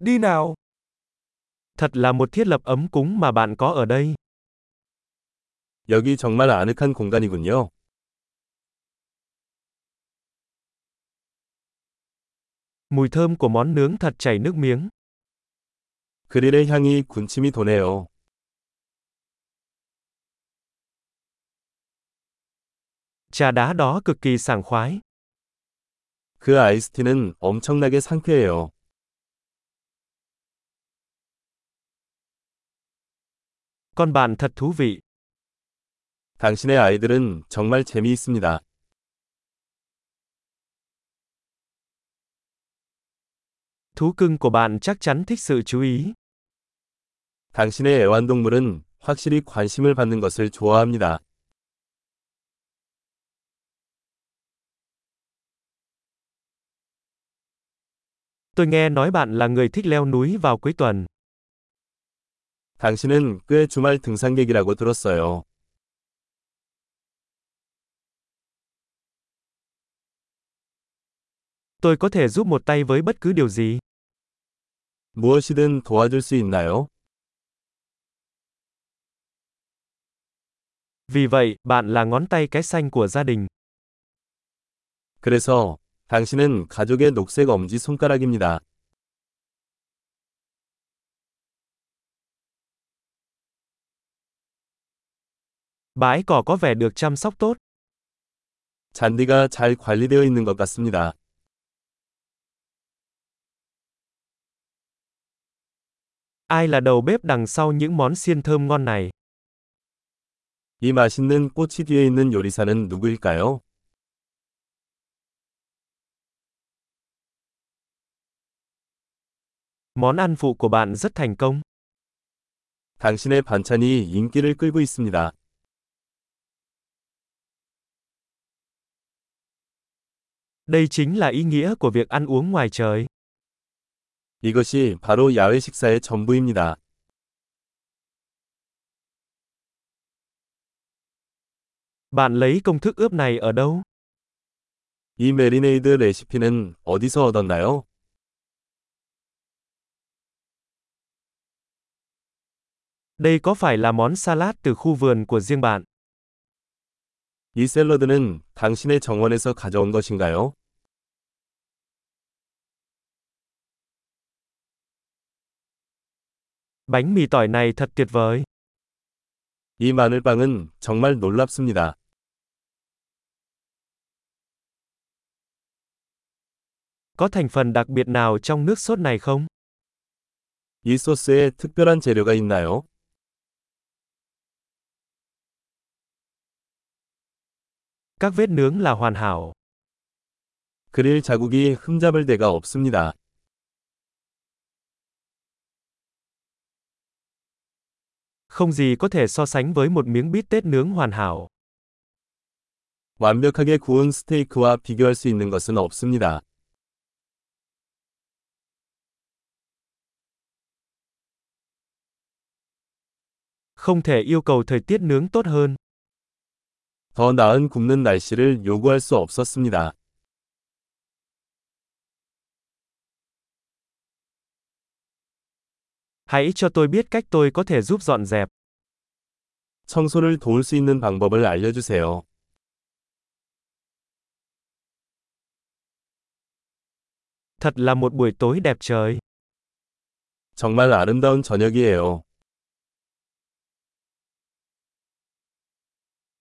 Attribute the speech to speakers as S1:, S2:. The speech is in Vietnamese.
S1: đi nào. Thật là một thiết lập ấm cúng mà bạn có ở đây.
S2: 여기 정말 아늑한 공간이군요.
S1: Mùi thơm của món nướng thật chảy nước miếng.
S2: 그릴의 향이 군침이 도네요.
S1: Trà đá đó cực kỳ sảng khoái.
S2: 그 아이스티는 엄청나게 상쾌해요.
S1: Con bạn thật thú vị.
S2: 당신의 아이들은 정말 재미있습니다.
S1: Thú cưng của bạn chắc chắn thích sự chú ý.
S2: 당신의 애완동물은 확실히 관심을 받는 것을 좋아합니다.
S1: Tôi nghe nói bạn là người thích leo núi vào cuối tuần.
S2: 당신은 꽤 주말 등산객이라고 들었어요.
S1: Tôi có thể giúp một tay với bất cứ điều gì.
S2: 무엇이든 도와줄 수 있나요?
S1: Vì vậy, bạn là ngón tay cái xanh của gia đình.
S2: 그래서 당신은 가족의 녹색 엄지 손가락입니다.
S1: Bãi cỏ có vẻ được chăm sóc tốt.
S2: 잔디가 잘 관리되어 있는 것 같습니다.
S1: Ai là đầu bếp đằng sau những món xiên thơm ngon này?
S2: 이 맛있는 꽃이 뒤에 있는 요리사는 누구일까요?
S1: Món ăn phụ của bạn rất thành công.
S2: 당신의 반찬이 인기를 끌고 있습니다.
S1: Đây chính là ý nghĩa của việc ăn uống ngoài trời.
S2: 이것이 바로 야외 식사의 전부입니다.
S1: Bạn lấy công thức ướp này ở đâu?
S2: 이 메리네이드 레시피는 어디서 얻었나요?
S1: Đây có phải là món salad từ khu vườn của riêng bạn?
S2: 이 샐러드는 당신의 정원에서 가져온 것인가요?
S1: Bánh mì tỏi này thật tuyệt vời.
S2: 이 마늘빵은 정말 놀랍습니다.
S1: Có thành phần đặc biệt nào trong nước sốt này không?
S2: 이 소스에 특별한 재료가 있나요?
S1: Các vết nướng là hoàn hảo.
S2: 그릴 자국이 흠잡을 데가 없습니다.
S1: Không gì có thể so sánh với một miếng bít tết nướng hoàn hảo.
S2: 완벽하게 구운 스테이크와 비교할 수 있는 것은 없습니다.
S1: Không thể yêu cầu thời tiết nướng tốt hơn.
S2: 더 나은 굽는 날씨를 요구할 수 없었습니다.
S1: Hãy cho tôi biết cách tôi có thể giúp dọn dẹp.
S2: 청소를 도울 수 있는 방법을 알려주세요.
S1: Thật là một buổi tối đẹp trời.
S2: 정말 아름다운 저녁이에요.